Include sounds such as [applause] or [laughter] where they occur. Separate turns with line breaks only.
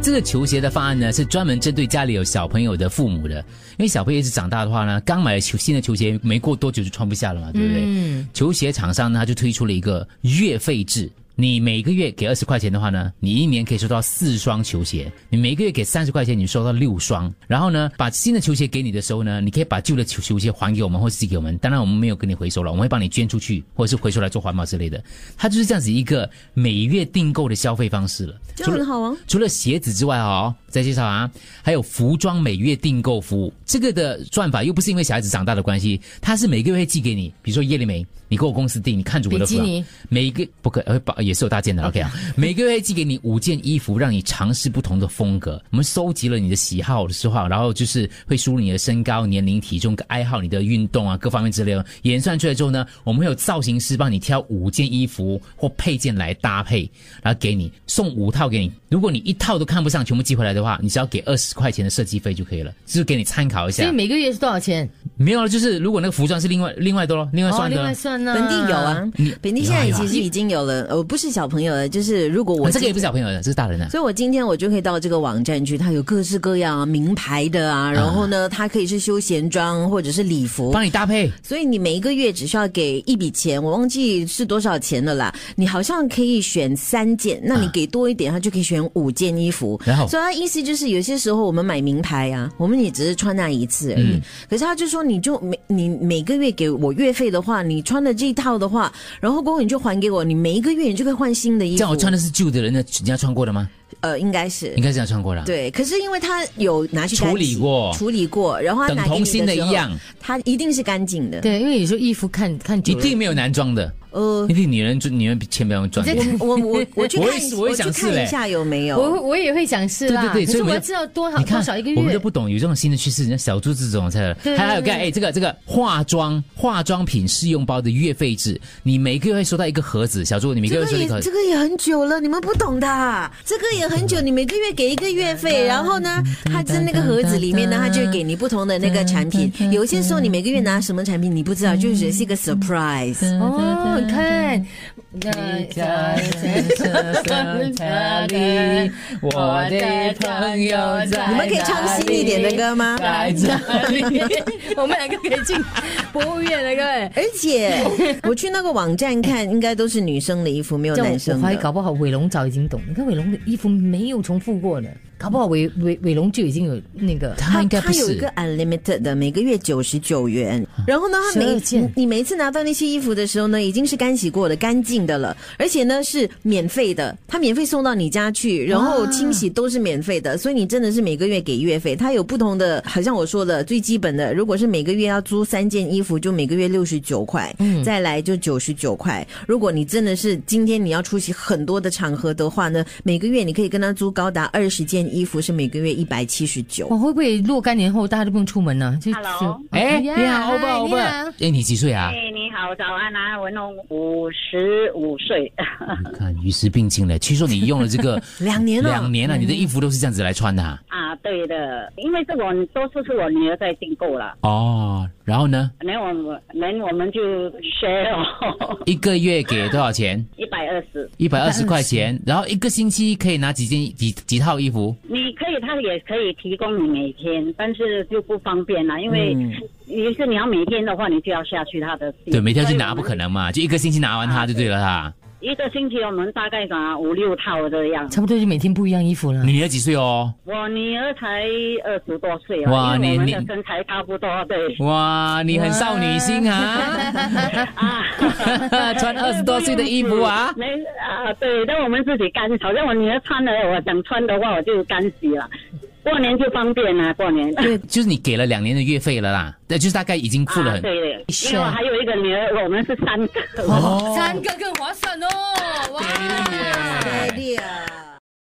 这个球鞋的方案呢，是专门针对家里有小朋友的父母的，因为小朋友一直长大的话呢，刚买的球新的球鞋没过多久就穿不下了嘛，对不对？
嗯，
球鞋厂商呢，他就推出了一个月费制。你每个月给二十块钱的话呢，你一年可以收到四双球鞋；你每个月给三十块钱，你收到六双。然后呢，把新的球鞋给你的时候呢，你可以把旧的球球鞋还给我们，或是寄给我们。当然，我们没有给你回收了，我们会帮你捐出去，或者是回收来做环保之类的。它就是这样子一个每月订购的消费方式了。
这样很好啊。
除了鞋子之外哦，再介绍啊，还有服装每月订购服务，这个的算法又不是因为小孩子长大的关系，它是每个月会寄给你，比如说叶丽梅，你跟我公司订，你看着我的服
比基尼
装，每一个不可呃不也是有搭件的 OK 啊，每个月会寄给你五件衣服，让你尝试不同的风格。我们收集了你的喜好的嗜好，然后就是会输入你的身高、年龄、体重、爱好、你的运动啊各方面之类的，演算出来之后呢，我们会有造型师帮你挑五件衣服或配件来搭配，然后给你送五套给你。如果你一套都看不上，全部寄回来的话，你只要给二十块钱的设计费就可以了，就是给你参考一
所以
下。
每个月是多少钱？
没有了，就是如果那个服装是另外另外的咯，另外
哦，
算的
另
咯。
外算呢，
本地有啊，本地现在
有啊
其实已经有了，呃，不是小朋友了，就是如果我
啊这个也
今
不是小朋友的，这是大人的、
所以我今天我就可以到这个网站去，它有各式各样啊，名牌的啊，然后呢，它可以是休闲装或者是礼服。
帮你搭配。
所以你每一个月只需要给一笔钱，我忘记是多少钱了啦。你好像可以选三件，那你给多一点，它就可以选五件衣服。
啊然后
所以他意思就是，有些时候我们买名牌啊，我们也只是穿那一次而已。
嗯
可是他就说，你就每你每个月给我月费的话，你穿的这一套的话，然后过后你就还给我，你每一个月你就可以换新的衣服。
这样我穿的是旧的人的，人家穿过的吗？
呃，应该是
应该是这样穿过的啊、
对。可是因为他有拿去干洗
处理过
处理过，然后他
等
拿给
同
你
新的
的时候
一样，
他一定是干净的。
对，因为有时候衣服看看久
一
了，
定没有男装的，
呃，
一定女人赚女人比钱比较赚。
你在
我我我去
我
看
也
一
是
下，
我也
去
想试
看
嘞
一下有没有。
我会我也会想试啦，
对对对
可
所以我
是我
们
要知道多少
你
多
看
少一个
我们都
月。
不懂有这种新的趋势，像小猪这种才
对
还有
对
个
对
哎，这个这个化妆化妆品试用包的月费制，你每个月会收到一个盒子。小猪，你每个
这
月
个
收到一
也
个盒
这
子，
个也很久了，你们不懂的啊。这个也很久，你每个月给一个月费，然后呢，它在那个盒子里面呢，它就会给你不同的那个产品。有些时候你每个月拿什么产品你不知道，就是是一个
嗯
surprise。
[laughs]
哦，你看，我的朋友在
[laughs] 你们可以唱新一点的歌
[laughs]
吗？
在这里， [laughs] 我们两个可以进博物院了，各位。
而且我去那个网站看，应该都是女生的衣服，没有
这样
男
我
生
怀疑
的。
搞不好伟龙早已经懂，你看伟龙的衣服没有重复过的，搞不好伟伟伟龙就已经有那个
他应该不
它有一
是啊
个 unlimited 的，每个月九十九元。然后呢，它每
12件
你你每一次拿到那些衣服的时候呢，已经是干洗过的、干净的了，而且呢是免费的，它免费送到你家去，然后清洗都是免费
啊
的，所以你真的是每个月给月费。它有不同的，好像我说的最基本的，如果是每个月要租三件衣服，就每个月六十九块，
嗯
再来就九十九块。如果你真的是今天你要出席很多的场合的话呢，每个月你可以跟他租高达二十件衣服，是每个月一百七十九。
哇，会不会若干年后大家都不用出门了？就
Hello
哎，
哦
你好，欧巴，欧
欧
巴，哎，你几岁啊？
哎，你好，早安啊，文龙，五十五岁， [laughs]
你看与时并进了，据说你用了这个
两年了
两年了，你的衣服都是这样子来穿的啊
啊，对的，因为这个我都是是我女儿在订购了，
哦。然后呢，
连我们连我们就 share 哦， [laughs]
一个月给多少钱？
一百二十，
一百二十块钱，然后一个星期可以拿几件几几套衣服？
你可以，他也可以提供你每天，但是就不方便啦，因为于是你要每天的话，你就要下去他的
嗯对，每天要去拿
所以我
不
们
可能嘛，就一个星期拿完它就啊对了啦。
一个星期我们大概拿五六套这样，
差不多就每天不一样衣服
[laughs]
了。 [laughs]
女儿几岁哦？
我女儿才二十多岁哦，
哇
因为我
你
们
你
的身材差不多，对。
哇，你很少女心啊！ [laughs] 呃穿二十多岁的衣服啊！
没啊，对，但我们自己干洗，好像我女儿穿了，我想穿的话我就干洗了。过年就方便了，过年。
对，就是你给了两年的月费了啦，对，就是大概已经付了
啊，
很。
对，
是
因为我还有一个女儿，我们是三个。
哦
三个更划算哦！哇。
idea。